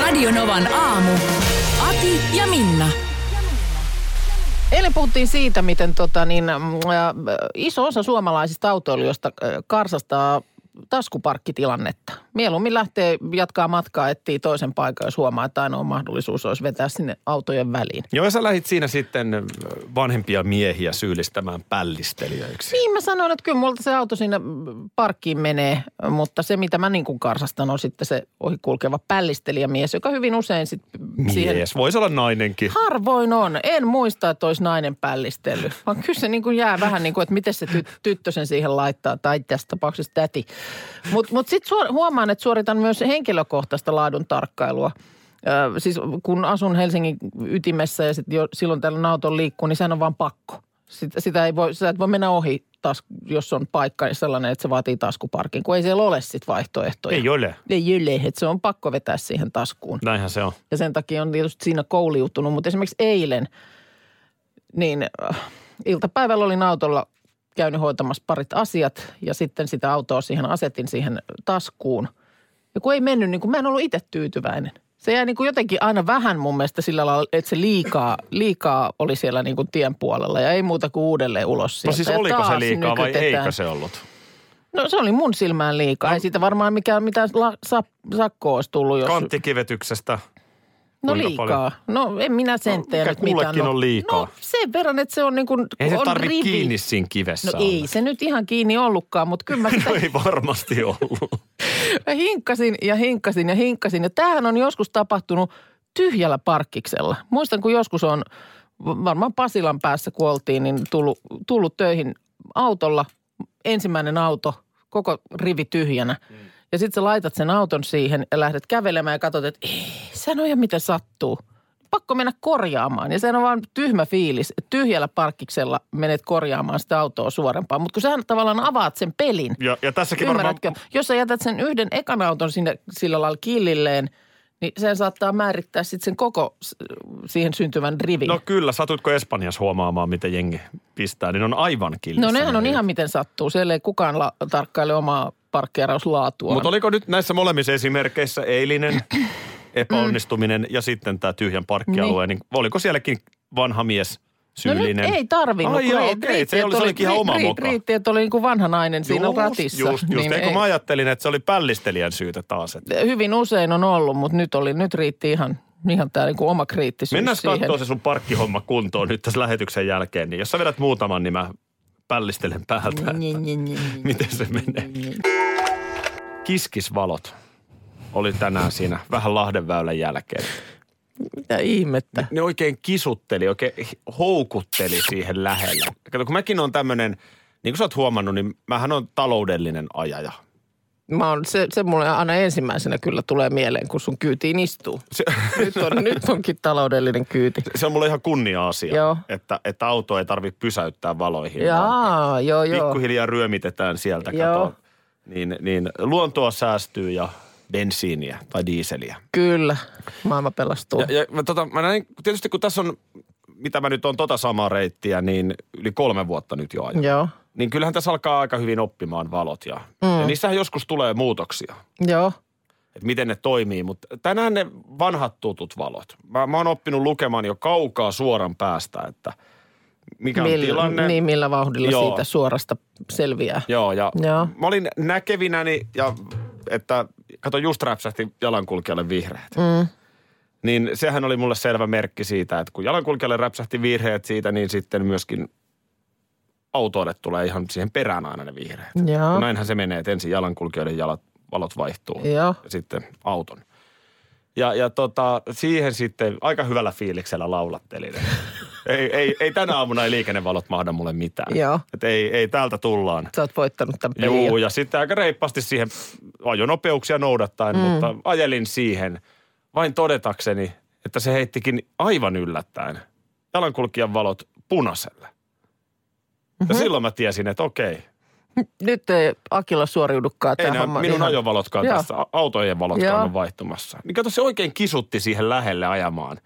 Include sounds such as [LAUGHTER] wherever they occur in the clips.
Radionovan aamu. Ati ja Minna. Eilen puhuttiin siitä, miten tota, niin, äh, iso osa suomalaisista autoilijoista äh, karsastaa taskuparkkitilannetta. Mieluummin lähtee jatkaa matkaa, etsii toisen paikan, jos huomaa, että ainoa mahdollisuus olisi vetää sinne autojen väliin. Joo, ja sä lähit siinä sitten vanhempia miehiä syyllistämään pällistelijöiksi. Niin mä sanoin, että kyllä multa se auto sinne mm, parkkiin menee, mutta se mitä mä niin kuin karsastan on sitten se ohikulkeva pällistelijämies, joka hyvin usein sitten siihen Mies, voisi olla nainenkin. Harvoin on. En muista, että olisi nainen pällistely. Vaan kyllä se niin kuin jää vähän niin kuin, että miten se ty- tyttö sen siihen laittaa, tai tässä tapauksessa täti. Mutta mut sitten suor- huomaan, että suoritan myös henkilökohtaista laadun tarkkailua. Ö, siis kun asun Helsingin ytimessä ja sit jo silloin tällä auton liikkuu, niin sehän on vaan pakko. Sitä, sitä ei voi, sä et voi mennä ohi, tas, jos on paikka sellainen, että se vaatii taskuparkin, kun ei siellä ole sit vaihtoehtoja. Ei ole. Ei ole, että se on pakko vetää siihen taskuun. Näinhän se on. Ja sen takia on tietysti siinä kouliutunut, mutta esimerkiksi eilen, niin äh, iltapäivällä olin autolla käynyt hoitamassa parit asiat ja sitten sitä autoa siihen asetin siihen taskuun. Ja kun ei mennyt, niin kun mä en ollut itse tyytyväinen. Se jäi niin kuin jotenkin aina vähän mun mielestä sillä lailla, että se liikaa, liikaa oli siellä niin kuin tien puolella ja ei muuta kuin uudelleen ulos sieltä. No siis Ja oliko se taas liikaa vai nykytetään. eikö se ollut? No se oli mun silmään liikaa. No. Ei siitä varmaan mikään mitään la, sa, sakkoa olisi tullut, jos... Kanttikivetyksestä. No Kuinka liikaa. paljon? No en minä sen No, tee mikä nyt mitään. kullekin on liikaa? No sen verran, että se on niin kuin, Ei se on tarvitse rivi. kiinni siinä kivessä No olla. ei se nyt ihan kiinni ollutkaan, mutta kyllä mä sitä [LAUGHS] No ei varmasti ollut. mä hinkkasin ja hinkkasin ja hinkkasin. Ja tämähän on joskus tapahtunut tyhjällä parkkiksella. Muistan, kun joskus on varmaan Pasilan päässä, kun oltiin, niin tullut, tullut töihin autolla. Ensimmäinen auto, koko rivi tyhjänä. Ja sitten sä laitat sen auton siihen ja lähdet kävelemään ja katsot, että ei, sehän on ihan miten sattuu. Pakko mennä korjaamaan. Ja sehän on vaan tyhmä fiilis, että tyhjällä parkkiksella menet korjaamaan sitä autoa suorempaan. Mutta kun sähän tavallaan avaat sen pelin, Ja, ja tässäkin Ymmärrätkö? varmaan... Jos sä jätät sen yhden ekan auton sinne sillä lailla killilleen, niin sen saattaa määrittää sitten sen koko s- siihen syntyvän rivin. No kyllä, satutko Espanjassa huomaamaan, miten jengi pistää, niin on aivan killissä. no nehän on Ne- ihan miten sattuu. Siellä ei kukaan la- tarkkaile omaa parkkeerauslaatua. Mutta oliko nyt näissä molemmissa esimerkkeissä eilinen Mm. epäonnistuminen ja sitten tämä tyhjän parkkialue, niin. oliko sielläkin vanha mies No nyt syyllinen? ei tarvinnut. Ai kun joo, ei- okei, riitti, se ei että ollut- se olikin ihan oma ri- ri- moka. Riitti, että oli niin kuin vanha nainen siinä ratissa. Just, just. Niin Eikö ei- mä ajattelin, että se oli pällistelijän syytä taas. Että Hyvin usein on ollut, mutta nyt, oli, nyt riitti ihan, ihan tämä niin kuin oma kriittisyys mennään siihen. katsoa se sun parkkihomma kuntoon nyt tässä lähetyksen jälkeen. Niin jos sä vedät muutaman, niin mä pällistelen päältä, Niin, niin, niin, niin. miten se menee. Kiskisvalot oli tänään siinä vähän Lahdenväylän jälkeen. Mitä ihmettä? ne oikein kisutteli, oikein houkutteli siihen lähellä. Kato, kun mäkin on tämmöinen, niin kuin sä oot huomannut, niin mähän on taloudellinen ajaja. Mä oon, se, se mulle aina ensimmäisenä kyllä tulee mieleen, kun sun kyytiin istuu. Se, Nyt, on, nyt onkin taloudellinen kyyti. se on mulle ihan kunnia-asia, Joo. Että, että auto ei tarvitse pysäyttää valoihin. vaan Jaa, joo, joo. Pikkuhiljaa ryömitetään sieltä, Joo. kato. Niin, niin luontoa säästyy ja bensiiniä tai diiseliä. Kyllä, maailma pelastuu. Ja, ja mä, tota, mä näin, tietysti kun tässä on, mitä mä nyt on tota samaa reittiä, niin yli kolme vuotta nyt jo ajan. Joo, niin kyllähän tässä alkaa aika hyvin oppimaan valot ja, mm. ja niissähän joskus tulee muutoksia, joo. että miten ne toimii, mutta tänään ne vanhat tutut valot. Mä, mä oon oppinut lukemaan jo kaukaa suoran päästä, että mikä on Mill, tilanne. niin, millä vauhdilla Joo. siitä suorasta selviää. Joo, ja Joo. Joo. mä olin näkevinäni, ja, että kato just räpsähti jalankulkijalle vihreät. Mm. Niin sehän oli mulle selvä merkki siitä, että kun jalankulkijalle räpsähti vihreät siitä, niin sitten myöskin autoille tulee ihan siihen perään aina ne vihreät. Joo, No näinhän se menee, että ensin jalankulkijoiden jalat, valot vaihtuu joo. ja sitten auton. Ja, ja tota, siihen sitten aika hyvällä [LAUGHS] fiiliksellä laulattelin. ei, ei, ei tänä aamuna ei liikennevalot mahda mulle mitään. Joo. Et ei, ei täältä tullaan. Sä oot voittanut tämän pelin. Juu, ja sitten aika reippaasti siihen ajonopeuksia noudattaen, mm. mutta ajelin siihen vain todetakseni, että se heittikin aivan yllättäen jalankulkijan valot punaiselle. Ja Mhm. silloin mä tiesin, että okei, Nyt eh, ei Akilla suoriudukaan ei tämä nämä homma. minun ihan. ajovalotkaan Joo. tässä, autojen valotkaan Joo. on vaihtumassa. Niin kato, se oikein kisutti siihen lähelle ajamaan.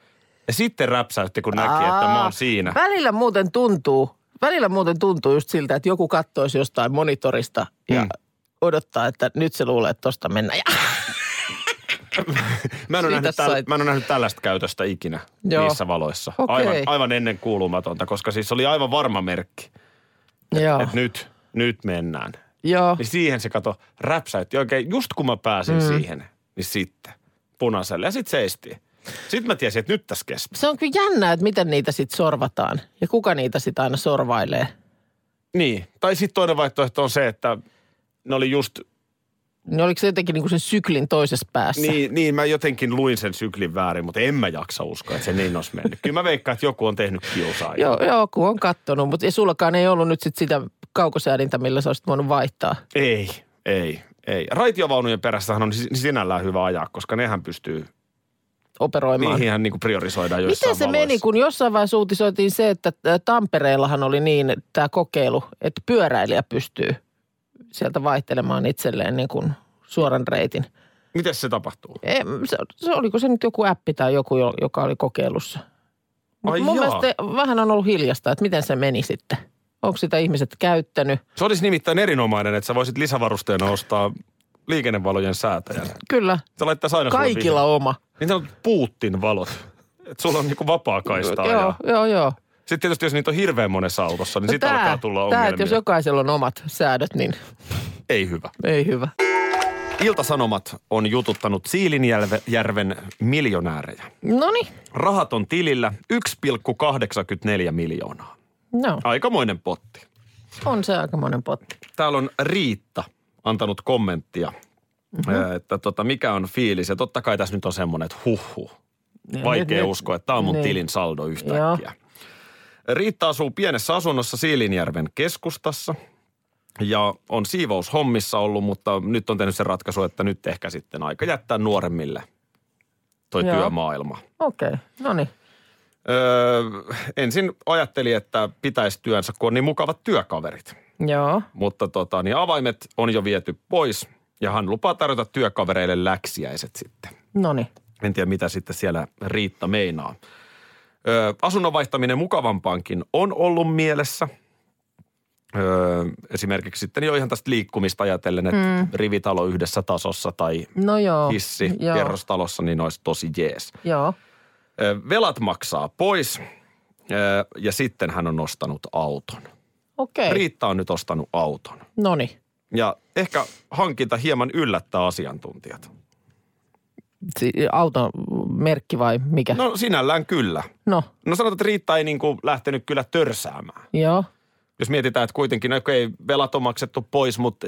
Ja sitten räpsäytti, kun näki, että mä Aa, oon siinä. Välillä muuten tuntuu, välillä muuten tuntuu just siltä, että joku kattoisi jostain monitorista ja Mm. odottaa, että nyt se luulee, että tosta mennään. Ja, Mä en, ole Siitä nähnyt tällä, sait. mä en ole nähnyt tällaista käytöstä ikinä Joo. Joo. niissä valoissa. Okei. Aivan, aivan ennen kuulumatonta, koska siis oli aivan varma merkki, joo, että nyt, nyt mennään. joo. Niin siihen se kato räpsäytti oikein, just kun mä pääsin mm. siihen, niin sitten punaiselle ja sitten seistiin. Sitten mä tiesin, että nyt tässä kestää. Se on kyllä jännää, että miten niitä sitten sorvataan ja kuka niitä sitten aina sorvailee. Niin, tai sitten toinen vaihtoehto on se, että ne oli just, Niin oliko se jotenkin niin kuin sen syklin toisessa päässä? niin, niin mä jotenkin luin sen syklin väärin, mutta en mä jaksa uskoa, että se niin olisi mennyt. Kyllä mä veikkaan, että joku on tehnyt kiusaa. Joo, joo, kun on kattonut, mutta ja sullakaan ei ollut nyt sit sitä kaukosäädintä, millä sä olisit voinut vaihtaa. Ei, ei, ei. Raitiovaunujen perässähän on si- sinällään hyvä ajaa, koska nehän pystyy, operoimaan. niihinhän niinku priorisoidaan joissain Miten se valoissa. meni, kun jossain vaiheessa uutisoitiin se, että äh, Tampereellahan oli niin tämä kokeilu, että pyöräilijä pystyy sieltä vaihtelemaan itselleen niin kuin suoran reitin. Miten se tapahtuu? Ei, se, se, oliko se nyt joku appi tai joku, jo- joka oli kokeilussa? Mut Ai mun jaa. mielestä vähän on ollut hiljasta, että miten se meni sitten. Onko sitä ihmiset käyttänyt? Se olisi nimittäin erinomainen, että sä voisit lisävarusteena ostaa liikennevalojen säätäjän. Kyllä, Sä laittaisi aina sulle kaikilla vihreä. oma. Niin sanotut Putin valot. Että sulla on niinku vapaa kaista joo, ajaa. joo, joo. Sitten tietysti, jos niitä on hirveän monessa autossa, niin no sitten tää- alkaa tulla tää, ongelmia. että jos jokaisella on omat säädöt, niin Ei hyvä. ei hyvä. Iltasanomat on jututtanut Siilinjärven miljonäärejä. No niin, Rahat on tilillä 1,84 miljoonaa. no, Aikamoinen potti. on se aikamoinen potti. Täällä on Riitta antanut kommenttia, Mhm. mm-hmm. että tota, mikä on fiilis. Ja totta kai tässä nyt on semmoinen, että huhhuh. Niin, Vaikea nyt- nyt- uskoa, että tämä on mun niin. tilin saldo yhtäkkiä. Riitta asuu pienessä asunnossa Siilinjärven keskustassa ja on siivoushommissa ollut, mutta nyt on tehnyt sen ratkaisu, että nyt ehkä sitten aika jättää nuoremmille toi Joo. työmaailma. Okei, no niin. Öö, ensin ajatteli, että pitäisi työnsä, kun on niin mukavat työkaverit. Joo. Mutta tota, niin avaimet on jo viety pois ja hän lupaa tarjota työkavereille läksiäiset sitten. No niin. En tiedä, mitä sitten siellä Riitta meinaa. Ö, asunnon vaihtaminen mukavampaankin on ollut mielessä. Öö, esimerkiksi sitten jo ihan tästä liikkumista ajatellen, että mm. rivitalo yhdessä tasossa tai No joo. hissi joo. kerrostalossa, niin olisi tosi jees. Joo. Ö, velat maksaa pois Ö, ja sitten hän on ostanut auton. Okei. Okay. Riitta on nyt ostanut auton. No niin. Ja ehkä hankinta hieman yllättää asiantuntijat. Si- Auton merkki vai mikä? No sinällään kyllä. no. No sanotaan, että Riitta ei niin kuin lähtenyt kyllä törsäämään. Joo. Jos mietitään, että kuitenkin, no okei, velat on maksettu pois, mutta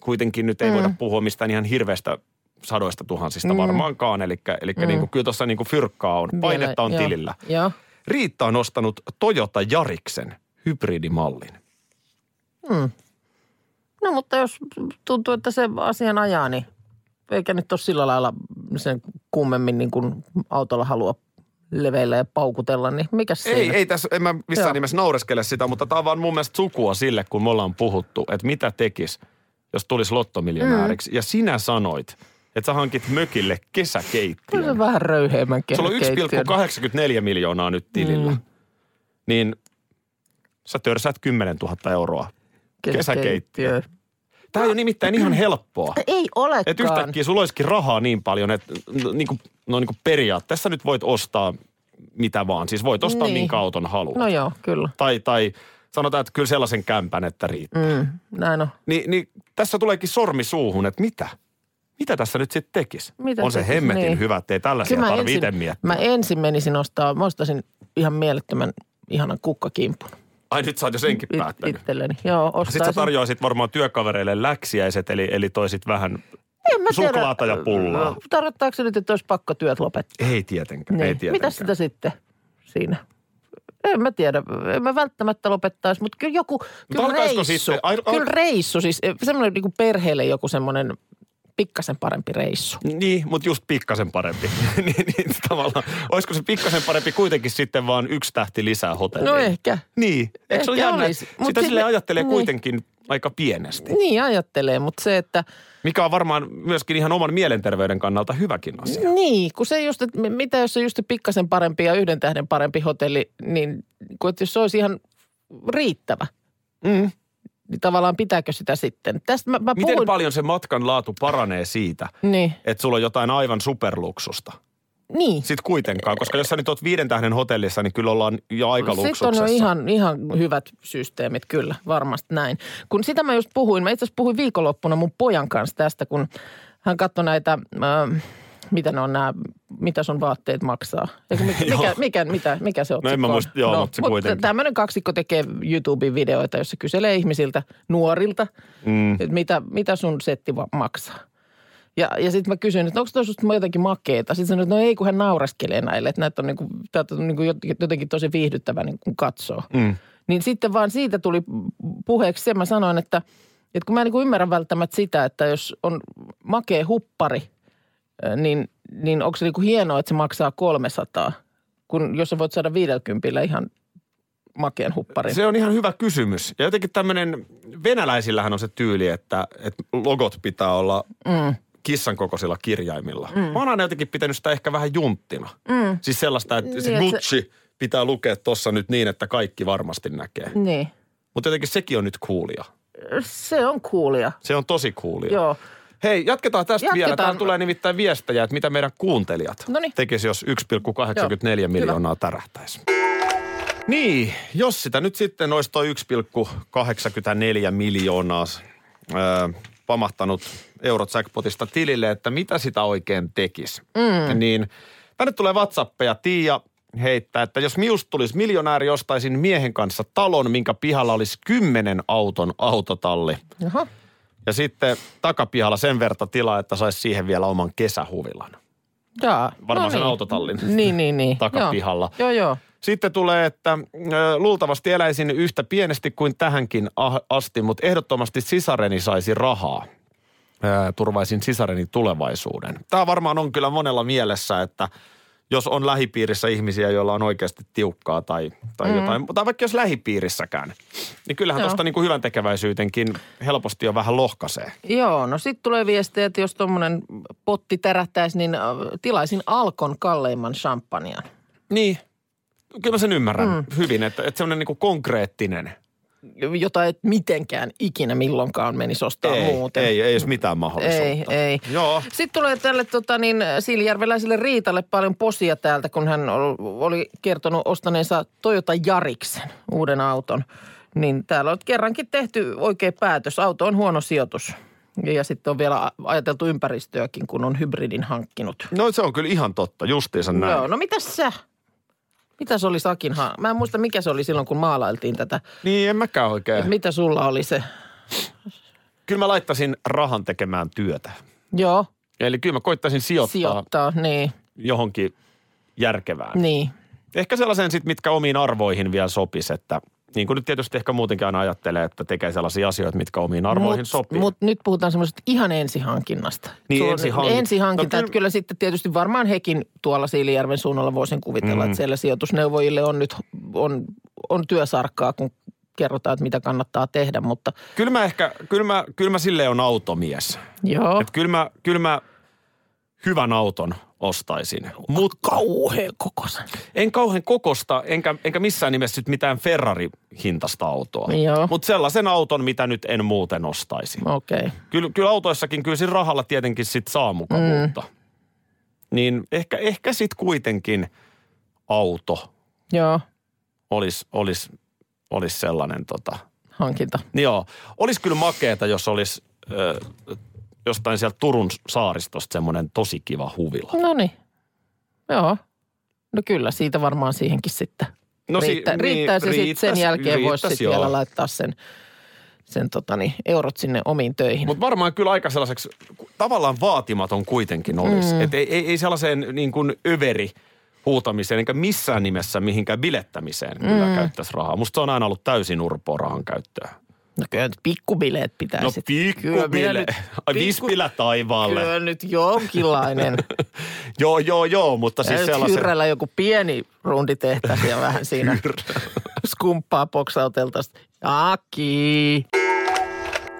kuitenkin nyt ei mm. voida puhua mistään ihan hirveästä sadoista tuhansista mm. varmaankaan. Eli, eli mm. niin kuin, kyllä tuossa niin kuin fyrkkaa on, painetta on joo. tilillä. Joo. Riitta on ostanut Toyota Jariksen hybridimallin. No mutta jos tuntuu, että se asian ajaa, niin eikä nyt ole sillä lailla sen kummemmin niin kuin autolla halua leveillä ja paukutella, niin mikä siinä? Ei, ei tässä, en mä missään Joo. Joo. nimessä naureskele sitä, mutta tämä on vaan mun mielestä sukua sille, kun me ollaan puhuttu, että mitä tekis, jos tulisi lottomiljonääriksi. Mm. Ja sinä sanoit, että sä hankit mökille Kyllä kesäkeittiön. se vähän röyheemmän Sulla on keittiön. 1,84 miljoonaa nyt tilillä. Mm. Niin sä törsäät 10 000 euroa. kesäkeittiö. Tämä ei ole nimittäin ihan helppoa. Ei olekaan. Että yhtäkkiä sulla olisikin rahaa niin paljon, että niin kuin, no niin kuin periaatteessa nyt voit ostaa mitä vaan. Siis voit ostaa Niin. niin. minkä auton haluat. No joo, kyllä. tai, tai sanotaan, että kyllä sellaisen kämpän, että riittää. Mm. Mm, näin on. Ni, niin tässä tuleekin sormi suuhun, että mitä? Mitä tässä nyt sitten tekisi? Mitä on se tekis, hemmetin niin. hyvä, että ei tällaisia mä tarvitse itse ensin, miettiä. mä ensin menisin ostaa, mä ostaisin ihan mielettömän ihanan kukkakimpun Ai nyt sä oot jo senkin it, päättänyt. itselleni. Joo, Sitten sä ostaisin. tarjoaisit varmaan työkavereille läksiäiset, eli, eli toisit vähän En mä tiedä, No, suklaata ja pullaa. Tarkoittaako se nyt, että olisi pakko työt lopettaa? Ei tietenkään, ei tietenkään. Mitä Niin. sitä sitten siinä? En mä tiedä, en mä välttämättä lopettaisi, mutta kyllä joku, kyllä alkaisiko reissu, siis, eh, sitten- ai- al- kyllä reissu, siis niinku semmoinen niin perheelle joku semmoinen pikkasen parempi reissu. Niin, mutta just pikkasen parempi. [LAUGHS] niin, niin, tavallaan. Olisiko se pikkasen parempi kuitenkin sitten vaan yksi tähti lisää hotelliin? No ehkä. Niin, eikö se ole Ehkä jännä? olisi, mut Sitä sitten- sille ajattelee niin. kuitenkin aika pienesti. Niin ajattelee, mutta se, että Mikä on varmaan myöskin ihan oman mielenterveyden kannalta hyväkin asia. Niin, kun se just, että mi- mitä jos se just pikkasen parempi ja yhden tähden parempi hotelli, niin kun, että jos se olisi ihan riittävä, Mm. niin tavallaan pitääkö sitä sitten? Tästä mä, mä Miten puhuin, paljon se matkan laatu paranee siitä, niin, että sulla on jotain aivan superluksusta? niin. Sitten kuitenkaan, koska jos sä nyt oot viiden tähden hotellissa, niin kyllä ollaan jo aika Sitten on luksuksessa. jo ihan, ihan hyvät systeemit, kyllä, varmasti näin. Kun sitä mä just puhuin, mä itse asiassa puhuin viikonloppuna mun pojan kanssa tästä, kun hän katsoi näitä, äh, mitä ne on nämä, mitä sun vaatteet maksaa. Eikö, [LAUGHS] mikä, mikä, mikä, mitä, mikä se on? No en mä muista, joo, mutta se kuitenkin. Tämmöinen kaksikko tekee YouTuben videoita, jossa kyselee ihmisiltä, nuorilta, mm. että mitä, mitä sun setti va- maksaa. Ja, ja sitten mä kysyin, että onko tuossa susta jotenkin makeeta? Sitten sanoin, että no ei, kun hän nauraskelee näille, että näitä on, niinku, tää on niinku jot- jotenkin tosi viihdyttävä niin kun katsoo. Mm. Niin sitten vaan siitä tuli puheeksi se, mä sanoin, että, että kun mä en niinku ymmärrä välttämättä sitä, että jos on makea huppari, äh, niin, niin onko se niinku hienoa, että se maksaa 300, kun jos sä voit saada 50 ihan makean hupparin. Se on ihan hyvä kysymys. Ja jotenkin tämmöinen, venäläisillähän on se tyyli, että, että logot pitää olla mm. kissan kokoisilla kirjaimilla. Mm. Mä oon aina jotenkin pitänyt sitä ehkä vähän junttina. Mm. Siis sellaista, että se Niin, että Gucci pitää lukea tossa nyt niin, että kaikki varmasti näkee. Niin. Mutta jotenkin sekin on nyt kuulia. Se on kuulia. Se on tosi kuulia. Joo. Hei, jatketaan tästä Jatketaan. vielä. Täällä tulee nimittäin viestejä, että mitä meidän kuuntelijat Noniin. tekisi, jos 1,84 Joo, miljoonaa tärähtäisi. Niin, jos sitä nyt sitten olisi toi 1,84 miljoonaa öö, pamahtanut Eurojackpotista tilille, että mitä sitä oikein tekisi. Mm. Niin tänne tulee WhatsAppeja Tiia heittää, että jos mius tulisi miljonääri, ostaisin miehen kanssa talon, minkä pihalla olisi kymmenen auton autotalli. Jaha. Ja sitten takapihalla sen verta tilaa, että saisi siihen vielä oman kesähuvilan. Jaa. Varmaan no sen niin. autotallin [LAUGHS] Niin, niin, niin. takapihalla. Joo, joo. joo. Sitten tulee, että ö, luultavasti eläisin yhtä pienesti kuin tähänkin ah- asti, mutta ehdottomasti sisareni saisi rahaa. Ö, Turvaisin sisareni tulevaisuuden. Tämä varmaan on kyllä monella mielessä, että jos on lähipiirissä ihmisiä, joilla on oikeasti tiukkaa tai, tai mm. jotain, tai vaikka jos lähipiirissäkään, niin kyllähän Joo. tuosta niin hyvän tekeväisyytenkin helposti jo vähän lohkaisee. Joo, no sitten tulee viestejä, että jos tuommoinen potti tärähtäisi, niin äh, tilaisin Alkon kalleimman champanjan. Niin. Kyllä mä sen ymmärrän mm. hyvin, että, että semmoinen niinku konkreettinen. Jota et mitenkään ikinä milloinkaan menisi ostaa muuten. ei, ei edes mitään mahdollisuutta. Ei, ei. Joo. Sitten tulee tälle tota, niin, Siilijärveläiselle Riitalle paljon posia täältä, kun hän ol- oli kertonut ostaneensa Toyota Jariksen, uuden auton. Niin täällä on kerrankin tehty oikea päätös. Auto on huono sijoitus. Ja sitten on vielä a- ajateltu ympäristöäkin, kun on hybridin hankkinut. No se on kyllä ihan totta, justiinsa näin. Joo, no mitäs sä? Mitä se oli Sakinhan? Mä en muista, mikä se oli silloin, kun maalailtiin tätä. Niin, en mäkään oikein. Mitä sulla oli se? Kyllä mä laittaisin rahan tekemään työtä. Joo, Eli kyllä mä koittaisin sijoittaa Sijoit. sijoittaa, niin, johonkin järkevään. niin. Ehkä sellaisen sit, mitkä omiin arvoihin vielä sopisi, että niin kuin nyt tietysti ehkä muutenkin aina ajattelee, että tekee sellaisia asioita, mitkä omiin arvoihin Mut- sopii. mut nyt puhutaan semmoisesta ihan ensihankinnasta. Niin, Sulla on ensihankin- ensihankinta. No kyllä- että kyllä sitten tietysti varmaan hekin tuolla Siilijärven suunnalla voisin kuvitella, Mm. että siellä sijoitusneuvojille on nyt on, on työsarkkaa, kun kerrotaan, että mitä kannattaa tehdä, mutta Kyllä mä ehkä, kyllä mä, kyllä mä silleen on automies. joo. Että kyllä mä, kyllä mä hyvän auton ostaisin. Mut kauhean kokoisen. En kauhean kokosta, enkä, enkä missään nimessä nyt mitään Ferrari-hintasta autoa. Joo. Mutta sellaisen auton, mitä nyt en muuten ostaisi. Okei. Okay. Kyllä, kyllä autoissakin, kyllä siinä rahalla tietenkin sit saa mukavuutta. Mm. Niin ehkä, ehkä sit kuitenkin auto Joo, olisi olis, olis sellainen tota. hankinta. Niin joo, olisi kyllä makeeta, jos olisi jostain sieltä Turun saaristosta semmoinen tosi kiva huvila. No niin. Joo. No kyllä, siitä varmaan siihenkin sitten. No si- riittä, niin, riittää se sitten sen riittäs- jälkeen, voisi riittäs, sitten joo. vielä laittaa sen, sen tota niin, eurot sinne omiin töihin. Mutta varmaan kyllä aika sellaiseksi tavallaan vaatimaton kuitenkin olisi. Mm. Et ei, ei, ei sellaiseen niin kuin överi huutamiseen, eikä missään Mm. nimessä mihinkään bilettämiseen kyllä käyttäisi rahaa. Musta se on aina ollut täysin urpoa rahan käyttöä. No kyllä nyt pikkubileet pitää No sit- kyllä minä pikkubile. nyt- Ai pikku- vispilä taivaalle. Kyllä nyt jonkinlainen. [LAUGHS] Joo, joo, joo, mutta siis siis sellaisen... Hyrrällä joku pieni rundi tehtäisiin ja vähän [LAUGHS] siinä skumppaa poksauteltaisiin. Aki!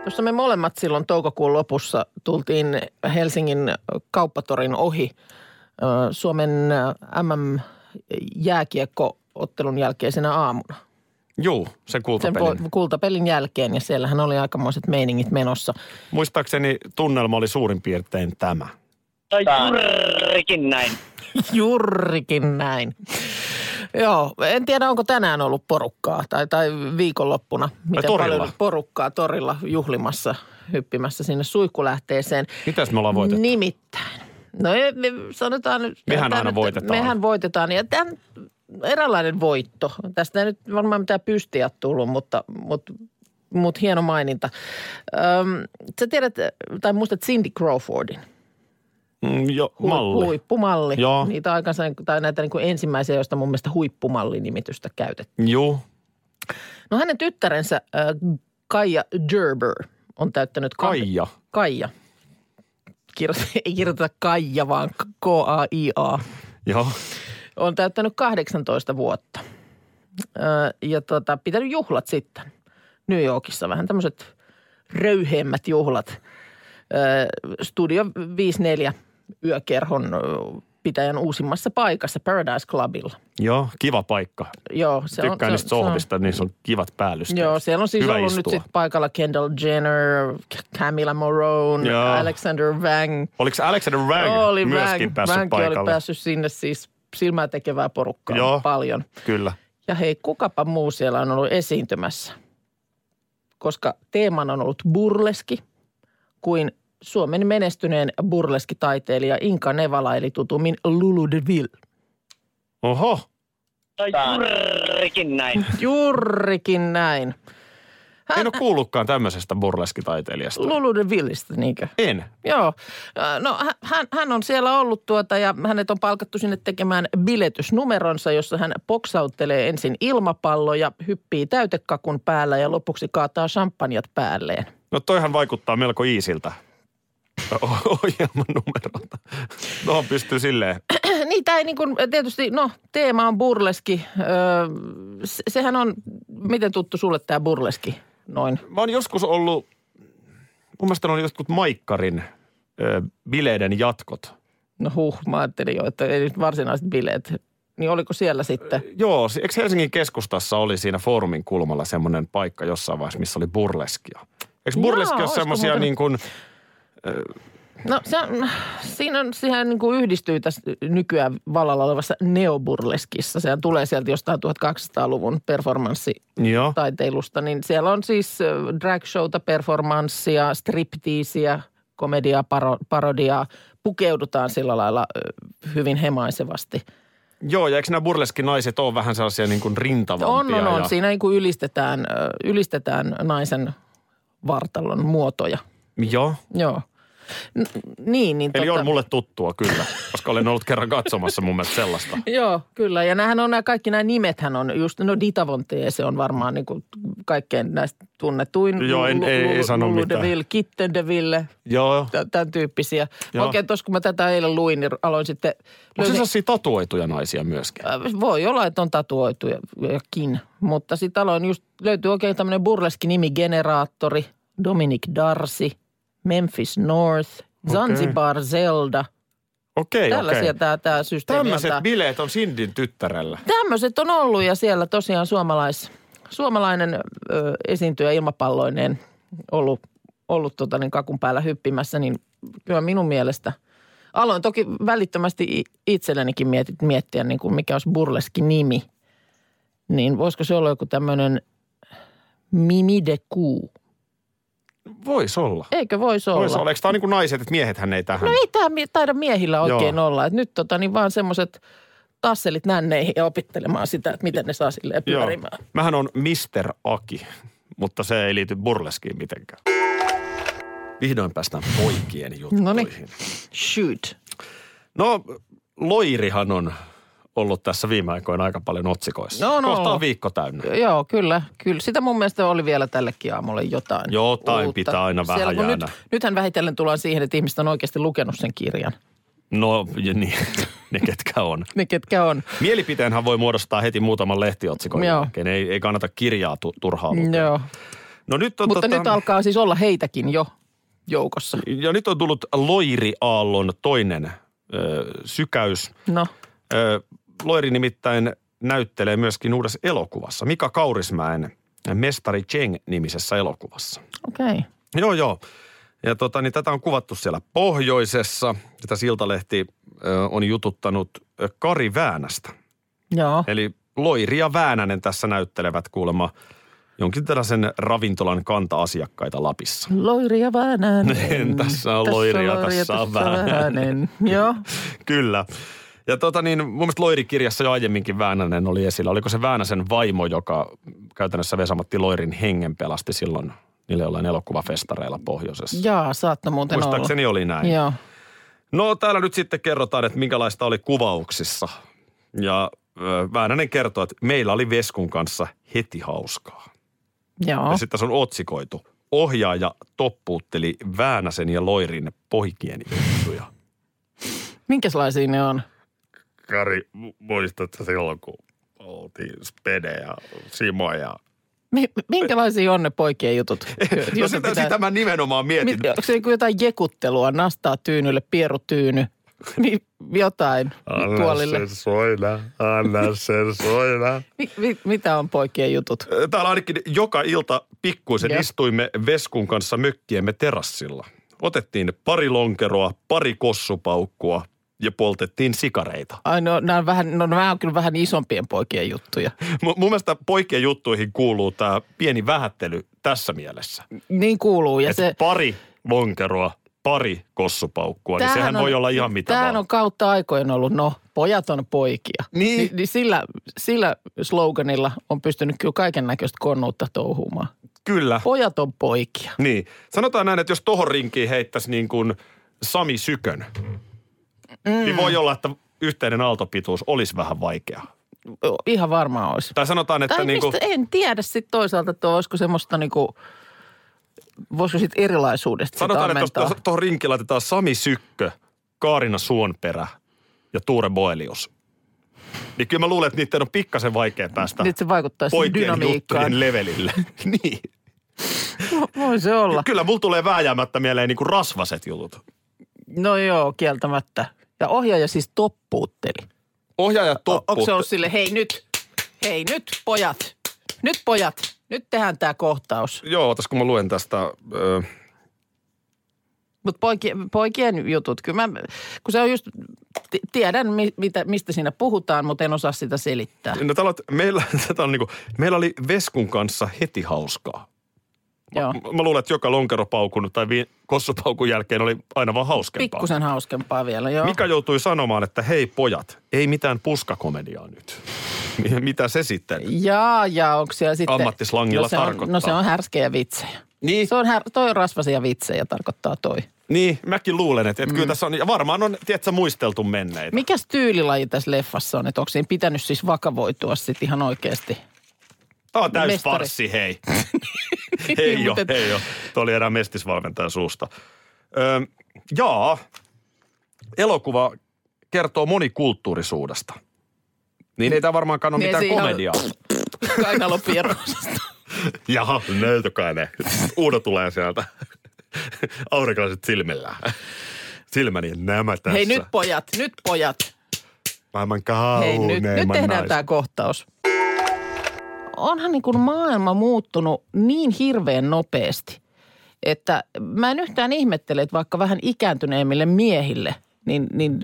Tuossa me molemmat silloin toukokuun lopussa tultiin Helsingin kauppatorin ohi ö, Suomen MM-jääkiekko-ottelun jälkeisenä aamuna. Juu, sen Sen kultapelin. vo- kultapelin jälkeen ja siellähän oli aikamoiset meiningit menossa. Muistaakseni tunnelma oli suurin piirtein tämä. Juurikin näin. [LAUGHS] Juurikin näin. Joo, en tiedä onko tänään ollut porukkaa tai, tai viikonloppuna. Miten torilla. paljon oli porukkaa torilla juhlimassa, hyppimässä sinne suihkulähteeseen. Mitäs me ollaan voitettu? Nimittäin. No ei, me sanotaan nyt. Mehän tää aina nyt- voitetaan. Mehän voitetaan ja tämän, eräänlainen voitto. Tästä ei nyt varmaan mitään pystiä tullut, mutta, mutta, mutta hieno maininta. Öm, sä tiedät, tai muistat Cindy Crawfordin? Mm, jo, Hu- malli. Huippumalli. Joo. Niitä aikansa, tai näitä niin kuin ensimmäisiä, joista mun mielestä huippumallinimitystä käytettiin. Juu. No hänen tyttärensä äh, Kaija Gerber on täyttänyt... kahde- Kaija. Kaija. Kirjoita, ei kirjoiteta Kaija, vaan K-A-I-A. Joo. On täyttänyt 18 vuotta. Ö, ja tota, pitänyt juhlat sitten New Yorkissa. Vähän tämmöiset röyhemmät juhlat. Ö, Studio 54 yökerhon ö, pitäjän uusimmassa paikassa Paradise Clubilla. Joo, kiva paikka. Joo, se on- Tykkään se on, niistä se on- sohvista, niissä on kivat päällysteet. Joo, siellä on siis Hyvä ollut istua. nyt sit paikalla Kendall Jenner, Camila Morone, Joo. Alexander Wang – Oliko Alexander Wang oli myöskin Wang. päässyt Wangkin paikalle? oli päässyt sinne siis silmää tekevää porukkaa Joo. Joo. paljon. Kyllä. Ja hei, kukapa muu siellä on ollut esiintymässä? Koska teeman on ollut burleski kuin Suomen menestyneen burleskitaiteilija Inka Nevala, eli tutummin Lulu de Ville. Oho. Juurikin näin. Juurikin näin. En ole kuullutkaan tämmöisestä burleskitaiteilijasta. Lulu de Villeistä, niinkö? En. Joo. No hän, hän on siellä ollut tuota ja hänet on palkattu sinne tekemään biletysnumeronsa, jossa hän poksauttelee ensin ilmapalloja, hyppii täytekakun päällä ja lopuksi kaataa champanjat päälleen. No toihan vaikuttaa melko iisiltä. O- Ohjelman numerolta. Tuohon pystyy silleen. Niitä ei niin kuin, tietysti, no teema on burleski. Öö, se- sehän on, miten tuttu sulle tämä burleski? Noin. Mä oon joskus ollut, mun mielestä ne oli jotkut Maikkarin ö, bileiden jatkot. No huh, mä ajattelin jo, että ei nyt varsinaiset bileet. Niin oliko siellä sitten? Joo, se- eikö Helsingin keskustassa oli siinä foorumin kulmalla semmoinen paikka jossain vaiheessa, missä oli burleskia? Eikö burleski Jaa, ole olisiko semmoisia muuten- niin kuin, No se on, siinä on, sehän niin kuin yhdistyy tässä nykyään vallalla olevassa neoburleskissa. Sehän tulee sieltä jostain 1800-luvun performanssitaiteilusta, joo, niin siellä on siis ö, drag showta, performanssia, striptiisiä, komediaa, paro, parodiaa. Pukeudutaan sillä lailla ö, hyvin hemaisevasti. joo, ja eikö nämä burleskinaiset ole vähän sellaisia niin kuin On, rintavampia? on, on. ja- Siinä niin kuin ylistetään, ö, ylistetään naisen vartalon muotoja. Joo, Joo. N- niin, niin eli tota... on mulle tuttua kyllä, koska olen ollut kerran katsomassa mun mielestä sellaista. Joo, kyllä. Ja nämähän on nämä kaikki nämä nimethän on just, no Ditavontee, se on varmaan niin kuin kaikkein näistä tunnetuin. Joo, en- ei- ei sano Lulu mitään. De Ville, Kitten de Ville, Joo, tä- tämän tyyppisiä. Joo. Joo. Oikein tuossa, kun mä tätä eilen luin, niin aloin sitten... Onko se löysin- sellaisia tatuoituja naisia myöskin? Äh, Voi olla, että on tatuoitujakin, mutta sitten aloin just, löytyy oikein tämmöinen burleski nimi Generaattori, Dominic Darcy, Memphis North, Zanzibar Zelda. Okei, okei. Tällaisia tämä, tämä systeemi Tämmöiset antaa. bileet on Sindin tyttärellä. Tämmöiset on ollut ja siellä tosiaan suomalais, suomalainen ö, esiintyjä ilmapalloineen ollut, ollut tota, niin kakun päällä hyppimässä, niin kyllä minun mielestä aloin toki välittömästi i- itsellenikin mietit, miettiä, niin kuin mikä olisi burleskin nimi. Niin voisiko se olla joku tämmöinen Mimi de Kuu? Voisi olla. Eikö voisi olla? Voisi olla. Eikö tämä niin kuin naiset, että miehet hän ei tähän? No ei tämä taida miehillä oikein Joo. Joo. olla. Et nyt tota, niin vaan semmoiset tasselit nänneihin ja opittelemaan sitä, että miten ne saa silleen pyörimään. Mähän on Mister Aki, mutta se ei liity burleskiin mitenkään. Vihdoin päästään No niin. poikien juttuihin. Noniin. Shoot. No, Loirihan on ollut tässä viime aikoina aika paljon otsikoissa. No, on Kohta on ollut. viikko täynnä. Joo, kyllä, kyllä. Sitä mun mielestä oli vielä tällekin aamulle jotain. Jotain pitää aina vähän kun jäädä. nyt, nythän vähitellen tullaan siihen, että ihmiset on oikeasti lukenut sen kirjan. No, ja niin, [LAUGHS] ne ketkä on. Ne ketkä on. Mielipiteenhän voi muodostaa heti muutaman lehtiotsikon Joo. jälkeen. Ei, ei kannata kirjaa tu, turhaa lukea. Joo. No nyt on, Mutta tota, nyt alkaa siis olla heitäkin jo joukossa. ja nyt on tullut Loiri Aallon toinen ö, sykäys. No, Ö, Loiri nimittäin näyttelee myöskin uudessa elokuvassa. Mika Kaurismäen Mestari Cheng-nimisessä elokuvassa. okei. Okay. Joo, joo. Ja tota, niin tätä on kuvattu siellä pohjoisessa. Tätä Siltalehti ö, on jututtanut ö, Kari Väänästä. Joo. Eli Loiri ja Väänänen tässä näyttelevät kuulemma jonkin tällaisen ravintolan kanta-asiakkaita Lapissa. Loiri ja [LAUGHS] Väänänen. Tässä on Loiri ja tässä on Väänänen. Joo. Kyllä. Ja tota niin, mun mielestä Loiri-kirjassa jo aiemminkin Väänänen oli esillä. Oliko se Väänäsen vaimo, joka käytännössä Vesamatti Loirin hengen pelasti silloin niillä jollain elokuvafestareilla pohjoisessa? Jaa, saatto muuten Muistaakseni oli näin. olla. Joo. No täällä nyt sitten kerrotaan, että minkälaista oli kuvauksissa. Ja ö, Väänänen kertoo, että meillä oli Veskun kanssa heti hauskaa. Joo. Ja sitten tässä on otsikoitu. Ohjaaja toppuutteli Väänäsen ja Loirin poikien juttuja. Minkälaisia ne on? Kari, muistatko silloin, kun oltiin Spede ja Simo ja... Mi- Minkälaisia on ne poikien jutut? [LAUGHS] No Jos ne sitä, pitää... sitä mä nimenomaan mietin. Mit, onko se joku jotain jekuttelua, nastaa tyynylle, pieru tyyny, [LAUGHS] niin jotain puolille. soida, anna sen soida. Mi, mi, mitä on poikien jutut? [LAUGHS] Täällä ainakin joka ilta pikkuisen Jep. istuimme Veskun kanssa mökkiemme terassilla. Otettiin pari lonkeroa, pari kossupaukkua ja poltettiin sikareita. Ai no, nämä on, vähän, no, nämä on kyllä vähän isompien poikien juttuja. M- mun mielestä poikien juttuihin kuuluu tämä pieni vähättely tässä mielessä. Niin kuuluu. Ja Et se, pari lonkeroa, pari kossupaukkua, niin sehän on, voi olla ihan mitä Tämähän vaan. on kautta aikojen ollut, no, pojat on poikia. Niin. Ni, niin sillä, sillä sloganilla on pystynyt kyllä kaiken näköistä konnuutta touhumaan. Kyllä. Pojat on poikia. Niin. Sanotaan näin, että jos tohon rinkiin heittäisi niin kuin Sami Sykön, mm. niin voi olla, että yhteinen aaltopituus olisi vähän vaikeaa. Ihan varmaan olisi. Tai sanotaan, että Tai niin niinku... kuin, mistä, en tiedä sitten toisaalta, että olisiko semmoista niinku, voisiko sitten erilaisuudesta sitä sanotaan, että jos ammentaa. tuohon- tuohon rinkiin laitetaan Sami Sykkö, Kaarina Suonperä ja Tuure Boelius. Niin kyllä mä luulen, että niiden on pikkasen vaikea päästä Nyt se vaikuttaa siihen poikien dynamiikkaan. juttujen levelille. [LAUGHS] niin. Voi se olla. Kyllä mulla tulee vääjäämättä mieleen niin kuin rasvaset jutut. No joo, kieltämättä. Ja ohjaaja siis toppuutteli. Ohjaaja toppu. Onko se ollut sille, hei nyt, hei nyt pojat, nyt pojat, nyt tehdään tämä kohtaus. Joo, tässä kun mä luen tästä, ö, Mutta poikien, poikien jutut, kyllä mä, kun se on just, ti- tiedän mi, mitä, mistä siinä puhutaan, mutta en osaa sitä selittää. no täällä, on- meillä, tätä on niinku, meillä oli Veskun kanssa heti hauskaa. Joo. M- Mä luulen, että joka lonkeropaukun tai vi- kossupaukun jälkeen oli aina vaan hauskempaa. Pikkusen hauskempaa vielä, joo. Mika joutui sanomaan, että hei pojat, ei mitään puskakomediaa nyt. M- Mitä se sitten? Jaa, jaa, onko siellä sitten... Ammattislangilla no se on, tarkoittaa. No se on härskejä vitsejä. Niin. Se on, här, toi on rasvasia vitsejä, tarkoittaa toi. Niin, mäkin luulen, että, että Mm. kyllä tässä on, ja varmaan on, tiedätkö, muisteltu menneitä. Mikäs tyylilaji tässä leffassa on? Että onko siinä pitänyt siis vakavoitua sit ihan [LAUGHS] oikeasti? Tämä on täys Mestari. farssi, hei. hei jo, Mut et- hei jo. Tuo oli erään mestisvalmentajan suusta. Öö, jaa, elokuva kertoo monikulttuurisuudesta. Niin ei tämä varmaankaan ole Niin mitään siinä on- komediaa. Kainalopierrosesta. Jaha, näytökäinen. Uudo tulee sieltä. Aurinkolasit silmillään. Silmäni nämä tässä. Hei nyt pojat, nyt pojat. Maailman Hei nyt, nyt tehdään tämä kohtaus. Onhan niin kuin maailma muuttunut niin hirveän nopeasti, että mä en yhtään ihmettele, että vaikka vähän ikääntyneemmille miehille, niin, niin,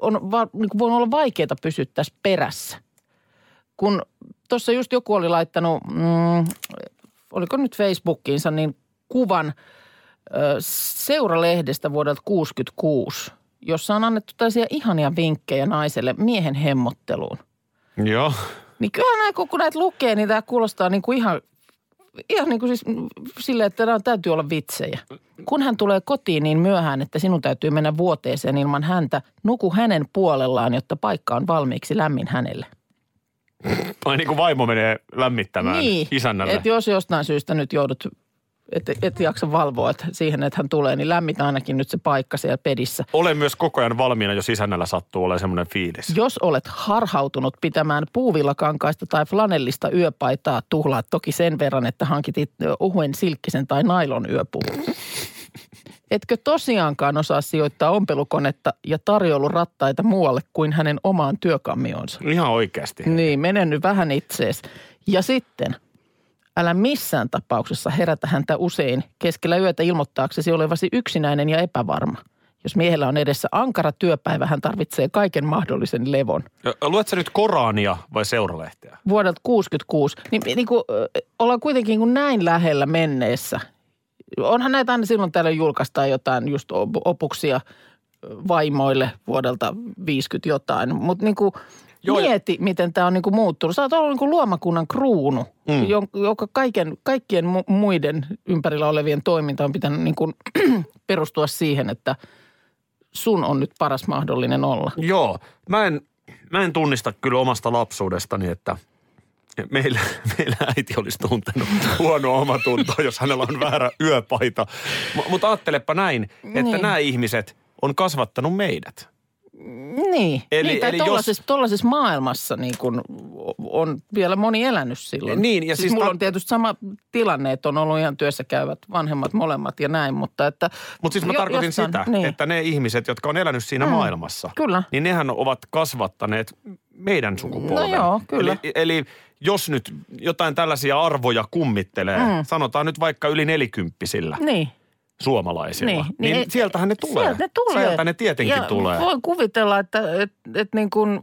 on, va, niin kuin voi olla vaikeaa pysyä tässä perässä. Kun tuossa just joku oli laittanut, mm, oliko nyt Facebookiinsa, niin kuvan ö, Seuralehdestä vuodelta 66, jossa on annettu tällaisia ihania vinkkejä naiselle miehen hemmotteluun. Joo. Niin kyllähän näin, kun kun näitä lukee, niin tämä kuulostaa niin kuin ihan ihan niin kuin siis mm, silleen, että nämä täytyy olla vitsejä. Kun hän tulee kotiin niin myöhään, että sinun täytyy mennä vuoteeseen ilman häntä, nuku hänen puolellaan, jotta paikka on valmiiksi lämmin hänelle. Ai niin kuin vaimo menee lämmittämään niin, isännälle. että jos jostain syystä nyt joudut, et, et jaksa valvoa että siihen, että hän tulee, niin lämmitä ainakin nyt se paikka siellä pedissä. Olen myös koko ajan valmiina, jos isännällä sattuu olemaan semmoinen fiilis. Jos olet harhautunut pitämään puuvillakankaista tai flanellista yöpaitaa, tuhlaat toki sen verran, että hankit it- ohuen silkkisen tai nailon yöpuvun. Etkö tosiaankaan osaa sijoittaa ompelukonetta ja tarjoulurattaita muualle kuin hänen omaan työkammionsa? Ihan oikeasti. Niin, mene nyt vähän itsees. Ja sitten, älä missään tapauksessa herätä häntä usein keskellä yötä ilmoittaaksesi olevasi yksinäinen ja epävarma. Jos miehellä on edessä ankara työpäivä, hän tarvitsee kaiken mahdollisen levon. Ö, Luet sä nyt Korania vai seuralehteä? Vuodelta 66, niin, niin kuin, ö, ollaan kuitenkin niin kuin näin lähellä menneessä. Onhan näitä aina silloin täällä julkaistaan jotain just op- opuksia ö, vaimoille vuodelta 50 jotain, mutta niin kuin Joo, ja- mieti, miten tämä on niin kuin muuttunut. Sä oot ollut niin kuin luomakunnan kruunu, mm. joka kaiken, kaikkien mu- muiden ympärillä olevien toiminta on pitänyt niin kuin [CLEARS THROAT] perustua siihen, että sun on nyt paras mahdollinen olla. Joo, mä en, mä en tunnista kyllä omasta lapsuudestani, että meillä, [LAUGHS] meillä äiti olisi [LAUGHS] tuntenut huonoa omatuntoa, jos hänellä on väärä yöpaita. M- mutta ajattelepa näin, että Niin. nämä ihmiset on kasvattanut meidät. Niin, Eli- eli, niin tai eli eli jos- tollaisessa, jos... tollaisessa maailmassa niin kun on vielä moni elänyt silloin. Niin, ja siis siis mulla ta- on tietysti sama tilanne, että on ollut ihan työssä käyvät vanhemmat molemmat ja näin, mutta että... Mutta siis mä jo- tarkoitin jostain- sitä, niin. että ne ihmiset, jotka on elänyt siinä Mm, maailmassa, kyllä. niin nehän ovat kasvattaneet meidän sukupolven. No joo, kyllä. Eli, eli jos nyt jotain tällaisia arvoja kummittelee, mm. sanotaan nyt vaikka yli nelikymppisillä Niin. suomalaisilla, niin, Niin, niin, ei- niin sieltähän ne tulee. Sieltä ne tulee. Sieltä ne tietenkin ja tulee. voi kuvitella, että et, et niin kun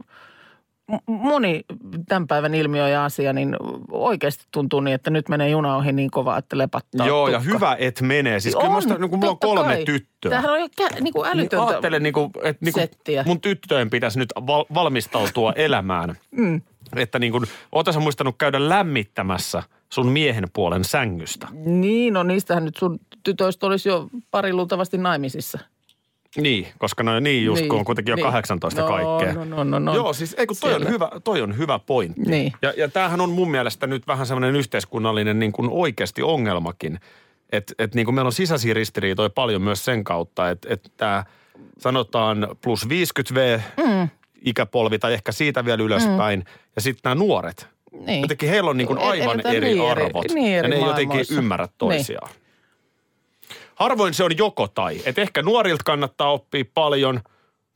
m- moni tämän päivän ilmiö ja asia, niin oikeasti tuntuu niin, että nyt menee juna ohi niin kova, että lepattaa Joo, ja tukka. hyvä, et menee. Siis kyllä musta, niin kun mulla on totta kolme kai. tyttöä. Tämähän on niin kuin Niin älytöntä. ajattelen, niin kuin, että niin kuin settiä. mun tyttöjen pitäisi nyt val- [LAUGHS] valmistautua elämään. mm. Että niin kuin, oota sä muistanut käydä lämmittämässä sun miehen puolen sängystä. Niin, no niistähän nyt sun tytöistä olisi jo pari luultavasti naimisissa. Niin, koska no niin just, niin, kun on kuitenkin jo niin. 18 no, kaikkea. No, no, no, no. Joo, siis ei kun toi on, Siellä. hyvä, toi on hyvä pointti. Niin. Ja, ja tämähän on mun mielestä nyt vähän semmoinen yhteiskunnallinen niin kuin oikeasti ongelmakin. Että et niin kuin meillä on sisäisiä ristiriitoja paljon myös sen kautta, että et tämä sanotaan plus 50 V mm. ikäpolvi tai ehkä siitä vielä ylöspäin. Mm. Ja sitten nämä nuoret. Niin. Jotenkin heillä on niin kuin El- aivan eletään eri niin eri- arvot. niin ja eri ne ei jotenkin maailmoissa. ymmärrä Niin. toisiaan. Harvoin se on joko tai. Et ehkä nuorilta kannattaa oppia paljon,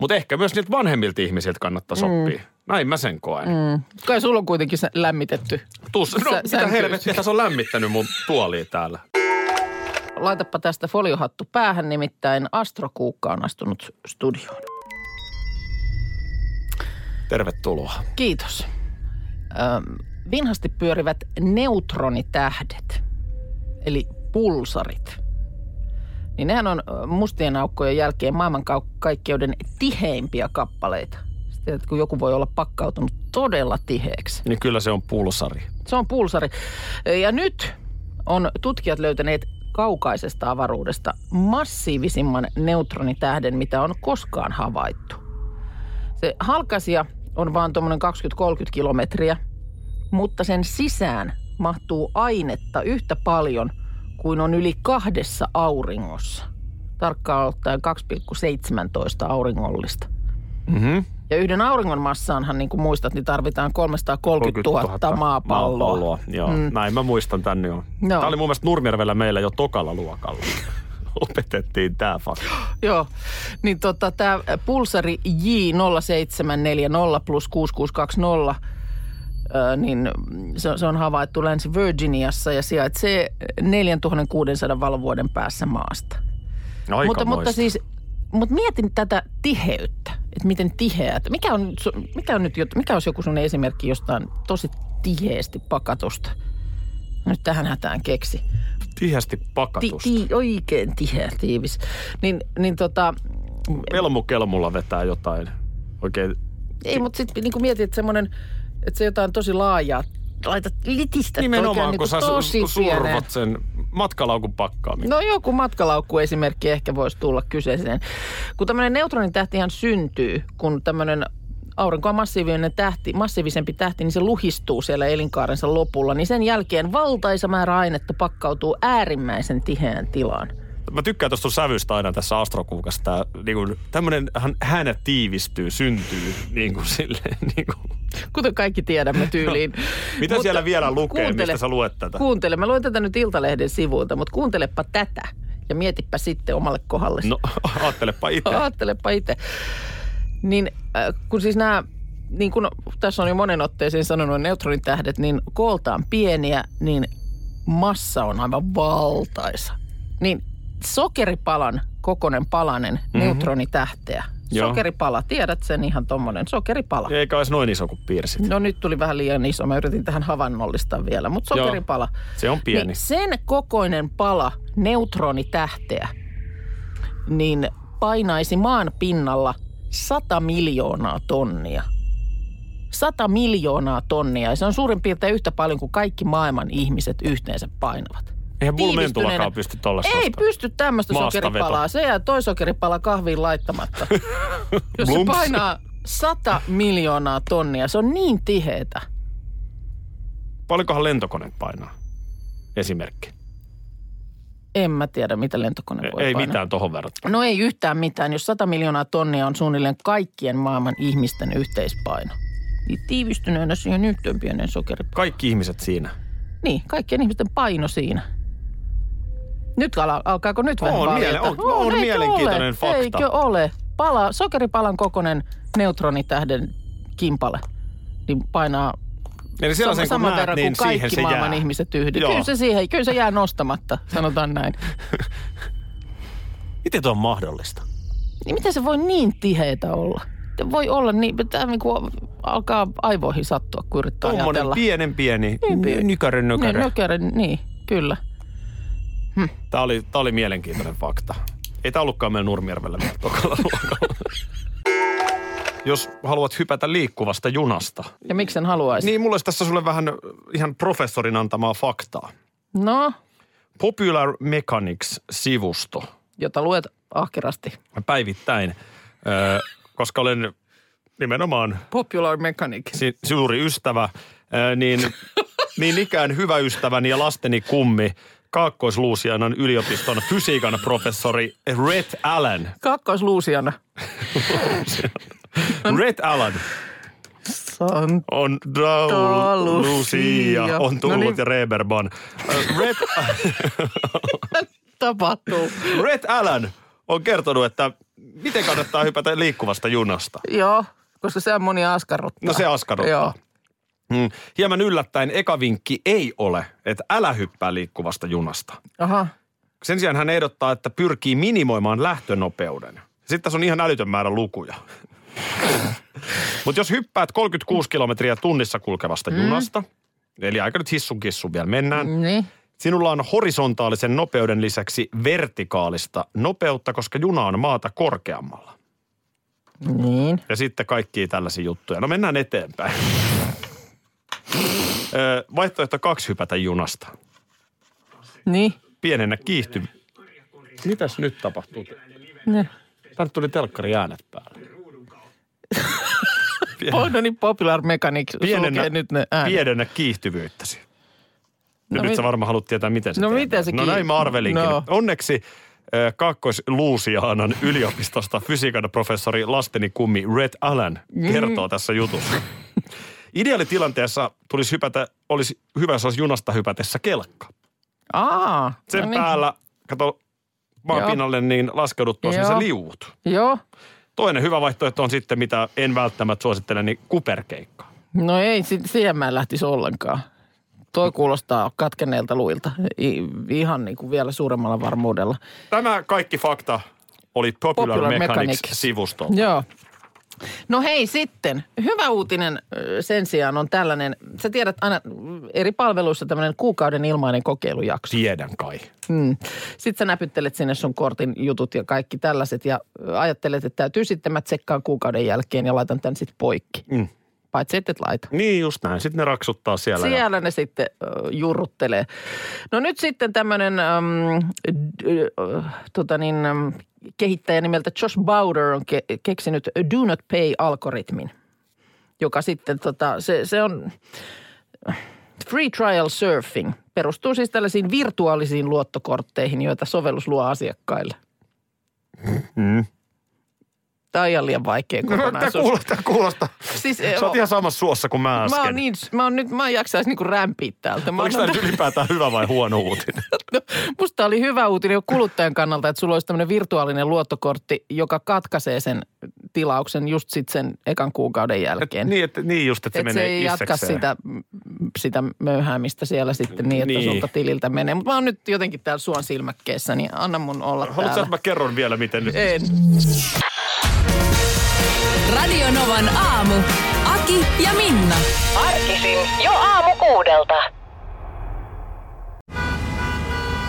mutta ehkä myös niiltä vanhemmilta ihmisiltä kannattaisi mm. oppia. Näin mä sen koen. Mm. Kai sulla on kuitenkin se lämmitetty. Tuus, no Sä- mitä sänkyys. helvettiä, tässä on lämmittänyt mun tuolia täällä. Laitapa tästä foliohattu päähän, nimittäin Astrokuukka on astunut studioon. Tervetuloa. Kiitos. Öm, vinhasti pyörivät neutronitähdet, eli pulsarit. Niin nehän on ö, mustien aukkojen jälkeen maailmankaikkeuden tiheimpiä kappaleita. Sitten, että kun joku voi olla pakkautunut todella tiheeksi. Niin kyllä se on pulsari. Se on pulsari. Ja nyt on tutkijat löytäneet kaukaisesta avaruudesta massiivisimman neutronitähden, mitä on koskaan havaittu. Se halkasia on vaan tuommoinen 20-30 kilometriä, mutta sen sisään mahtuu ainetta yhtä paljon kuin on yli kahdessa auringossa. Tarkkaan ottaen 2,17 auringollista. Mm-hmm. Ja yhden auringon massaanhan, niin kuin muistat, niin tarvitaan 330 000, maapalloa. maapalloa. Joo, mm. näin mä muistan tänne jo. No. Joo. Tämä oli mun mielestä Nurmijärvellä meillä jo tokalla luokalla. [LAUGHS] Opetettiin tämä fakta. Joo, niin tota, tämä pulsari J0740 plus 6620, ö, niin se, on- se on havaittu länsi Virginiassa ja sijaitsee 4600 valovuoden päässä maasta. Aika mutta, mutta siis, mutta mietin tätä tiheyttä, että miten tiheää. Mikä on, su- mikä on nyt, jot- mikä olisi joku sun esimerkki jostain tosi tiheesti pakatusta? Nyt tähän hätään keksi Tiheästi ti, pakatusta. ti, oikein tiheä tiivis. Niin, niin tota, Pelmu kelmulla vetää jotain. Oikein niinku ei, mutta sitten niin mietin, että niinku semmoinen, että se jotain tosi laajaa laitat litistä Nimenomaan, oikein niinku kun sä niin kuin tosi su- pieneen. survot sen matkalaukun pakkaaminen. No joku matkalaukku esimerkki ehkä voisi tulla kyseeseen. Kun tämmöinen neutronin tähtihän syntyy, kun tämmöinen aurinko on massiivinen tähti, massiivisempi tähti, niin se luhistuu siellä elinkaarensa lopulla. Niin sen jälkeen valtaisa määrä ainetta pakkautuu äärimmäisen tiheään tilaan. Mä tykkään tuosta sun sävystä aina tässä astrokuukassa. Tää, niin kuin, tämmönen hän, hänet tiivistyy, syntyy niin kuin silleen. Niin kuin. Kuten kaikki tiedämme tyyliin. No, Mitä Mutta siellä vielä lukee, mistä sä luet tätä? Kuuntele, mä luen tätä nyt Iltalehden sivuilta, mutta kuuntelepa tätä ja mietipä sitten omalle kohdallesi. [LAUGHS] No, [LAUGHS] ajattelepa itse. Aattelepa itse. Niin äh, kun siis nämä, niin kuin tässä on jo monen otteeseen sanonut, neutronin tähdet, niin kooltaan pieniä, niin massa on aivan valtaisa. Niin sokeripalan kokonen palanen mm-hmm. neutronitähteä. Mhm. Joo. Sokeripala, tiedät sen ihan tommonen, sokeripala. Eikä olisi noin iso kuin piirsit. No nyt tuli vähän liian iso, mä yritin tähän havainnollistaa vielä, mutta Joo. sokeripala. Se on pieni. Niin sen kokoinen pala neutronitähteä niin painaisi maan pinnalla 100 miljoonaa tonnia. 100 miljoonaa tonnia ja se on suurin piirtein yhtä paljon kuin kaikki maailman ihmiset yhteensä painavat. Eihän Tiivistyneenä- bulmentulakaan pysty tolle Ei suostaan. pysty tämmöistä Maastaveto. sokeripalaa. Se jää toi sokeripala kahviin [LAUGHS] laittamatta. Jos se Blumps. painaa 100 miljoonaa tonnia, se on niin tiheetä. Paljonkohan lentokone painaa? Esimerkki. E- En mä tiedä, mitä lentokone voi Ei painaa. mitään tohon verrattuna. No ei yhtään mitään, jos 100 miljoonaa tonnia on suunnilleen kaikkien maailman ihmisten yhteispaino. Niin tiivistyneenä siihen yhteen pienen sokeripalaa. Kaikki ihmiset siinä. Niin, kaikkien ihmisten paino siinä. Nyt ala, alkaako nyt vähän On valjeta? miele- on- on eikö mielenkiintoinen ole? fakta. Eikö ole? Pala, sokeripalan kokonen neutronitähden kimpale niin painaa sama, Eli sellaisen kun saman näet, verran niin kuin siihen kaikki se maailman jää. ihmiset yhdessä. Joo. Kyllä se, siihen, kyllä se jää nostamatta, sanotaan näin. Miten tuo on mahdollista? Niin miten se voi niin tiheitä olla? Voi olla niin, tämä niin kuin alkaa aivoihin sattua, kun yrittää Tuommoinen ajatella. pienen pieni Niin pieni. nykärin niin, nykärin. nökäri, niin, kyllä. Tämä oli, tää oli mielenkiintoinen fakta. Ei tämä ollutkaan meillä Nurmijärvellä vielä tokalla [LAUGHS] luokalla. Jos haluat hypätä liikkuvasta junasta, Ja miksi sen haluaisi? Niin. niin mulla olisi tässä sulle vähän ö, ihan professorin antamaa faktaa. Niin. No, Popular Mechanics-sivusto jota luet ahkerasti. päivittäin, ö, koska olen nimenomaan Popular Mechanic. si- suuri ystävä, ö, niin, niin ikään hyvä ystäväni ja lasteni kummi, Kaakkois-Luusianan yliopiston fysiikan professori Rhett Allen Kakkosluusiana. Red Allen San... on Raul Lucia. Lucia on tullut No niin. ja Reberban. Ö, Red, Tapahtuu. Red Allen on kertonut, että miten kannattaa hypätä liikkuvasta junasta. Joo, koska se on moni askarruttaa. No se askarruttaa. Joo. Mm, Hieman yllättäen eka vinkki ei ole, että älä hyppää liikkuvasta junasta. Aha. Sen sijaan hän ehdottaa, että pyrkii minimoimaan lähtönopeuden. Sitten tässä on ihan älytön määrä lukuja. Mutta jos hyppäät 36 kilometriä tunnissa kulkevasta junasta, eli aika nyt hissun kissun vielä mennään, Niin. Sinulla on horisontaalisen nopeuden lisäksi vertikaalista nopeutta, koska juna on maata korkeammalla. Niin. Ja sitten kaikki tällaisia juttuja. No mennään eteenpäin. Ö, Vaihtoehto kaksi hypätä junasta. Niin. Pienennä kiihty. Mitäs nyt tapahtuu? Ne. Tänne tuli telkkari äänet päälle. Oh, no niin, Popular Mechanic Pienennä, sulkee nyt ne äänet. pienennä kiihtyvyyttäsi. No No nyt mit- sä varmaan haluat tietää, miten se No tehdään. miten se No kiih- näin mä arvelinkin. No. Onneksi äh, Kaakkois-Luusiaanan yliopistosta fysiikan professori lasteni kummi Red Allen Mm. kertoo tässä jutussa. Ideaalitilanteessa tulisi hypätä, olisi hyvä, jos olisi junasta hypätessä kelkka. Aa, Sen no niin. päällä, kato maan Joo. pinnalle, niin laskeuduttua, niin sä Joo. liuut. Joo. Toinen hyvä vaihtoehto on sitten, mitä en välttämättä suosittele, niin kuperkeikka. No ei, si- siihen mä en lähtisi ollenkaan. Toi kuulostaa katkenneilta luilta. I, ihan niin kuin vielä suuremmalla varmuudella. Tämä kaikki fakta oli Popular, Popular Mechanics, Mechanics. sivusto. Joo. No hei sitten, hyvä uutinen ö, sen sijaan on tällainen, sä tiedät aina mm, eri palveluissa tämmöinen kuukauden ilmainen kokeilujakso. Tiedän kai. Mm. Sitten sä näpyttelet sinne sun kortin jutut ja kaikki tällaiset ja ö, ajattelet, että täytyy sitten mä tsekkaan kuukauden jälkeen ja laitan tämän sitten poikki. Mm. paitsi et, et laita. Niin just näin. Sitten ne raksuttaa siellä. ja- Siellä ne sitten ö, jurruttelee. No nyt sitten tämmöinen tota niin, äm, kehittäjä nimeltä Josh Bowder on ke- keksinyt Do Not Pay-algoritmin, joka sitten tota, se, se on free trial surfing. Perustuu siis tällaisiin virtuaalisiin luottokortteihin, joita sovellus luo asiakkaille. Tämä on ihan liian vaikea Mm. No, Tämä kokonaisuus. kuulostaa, [LAUGHS] tää kuulostaa. Siis, Sä oot ihan samassa suossa kuin mä äsken. Mä oon, niin, mä oon nyt, mä jaksaisin niinku rämpiä täältä. Mä Oliko annan- tämä nyt ylipäätään hyvä vai huono [LAUGHS] uutinen? No, musta oli hyvä uutinen jo kuluttajan kannalta, että sulla olisi tämmöinen virtuaalinen luottokortti, joka katkaisee sen tilauksen just sit sen ekan kuukauden jälkeen. niin, et, niin just, että se Että se menee ei jatka itsekseen. sitä, sitä möyhäämistä siellä sitten niin, että Niin. niin. sulta tililtä menee. Mutta mä oon nyt jotenkin täällä suon silmäkkeessä, niin anna mun olla Haluatko, sä, täällä. että mä kerron vielä, miten nyt En. Radio Novan aamu. Aki ja Minna. Arkisin jo aamu kuudelta.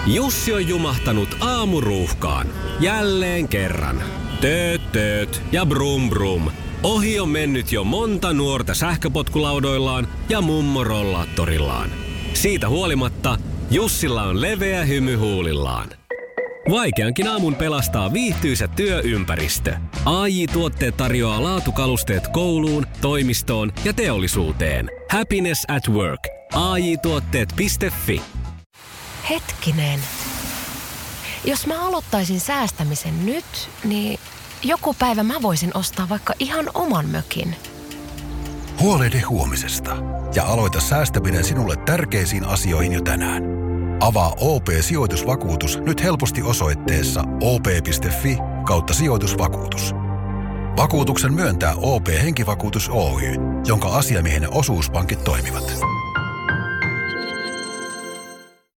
Jussi on jumahtanut aamuruuhkaan. Jälleen kerran. Tööt, tööt ja brum brum. Ohi on mennyt jo monta nuorta sähköpotkulaudoillaan ja mummorollaattorillaan. Siitä huolimatta Jussilla on leveä hymy huulillaan. Vaikeankin aamun pelastaa viihtyisä työympäristö. AI Tuotteet tarjoaa laatukalusteet kouluun, toimistoon ja teollisuuteen. Happiness at work. AJ Tuotteet.fi Hetkinen. Jos mä aloittaisin säästämisen nyt, niin joku päivä mä voisin ostaa vaikka ihan oman mökin. Huolehdi huomisesta ja aloita säästäminen sinulle tärkeisiin asioihin jo tänään. Avaa OP-sijoitusvakuutus nyt helposti osoitteessa op.fi kautta sijoitusvakuutus. Vakuutuksen myöntää OP-henkivakuutus Oy, jonka asiamiehen osuuspankit toimivat.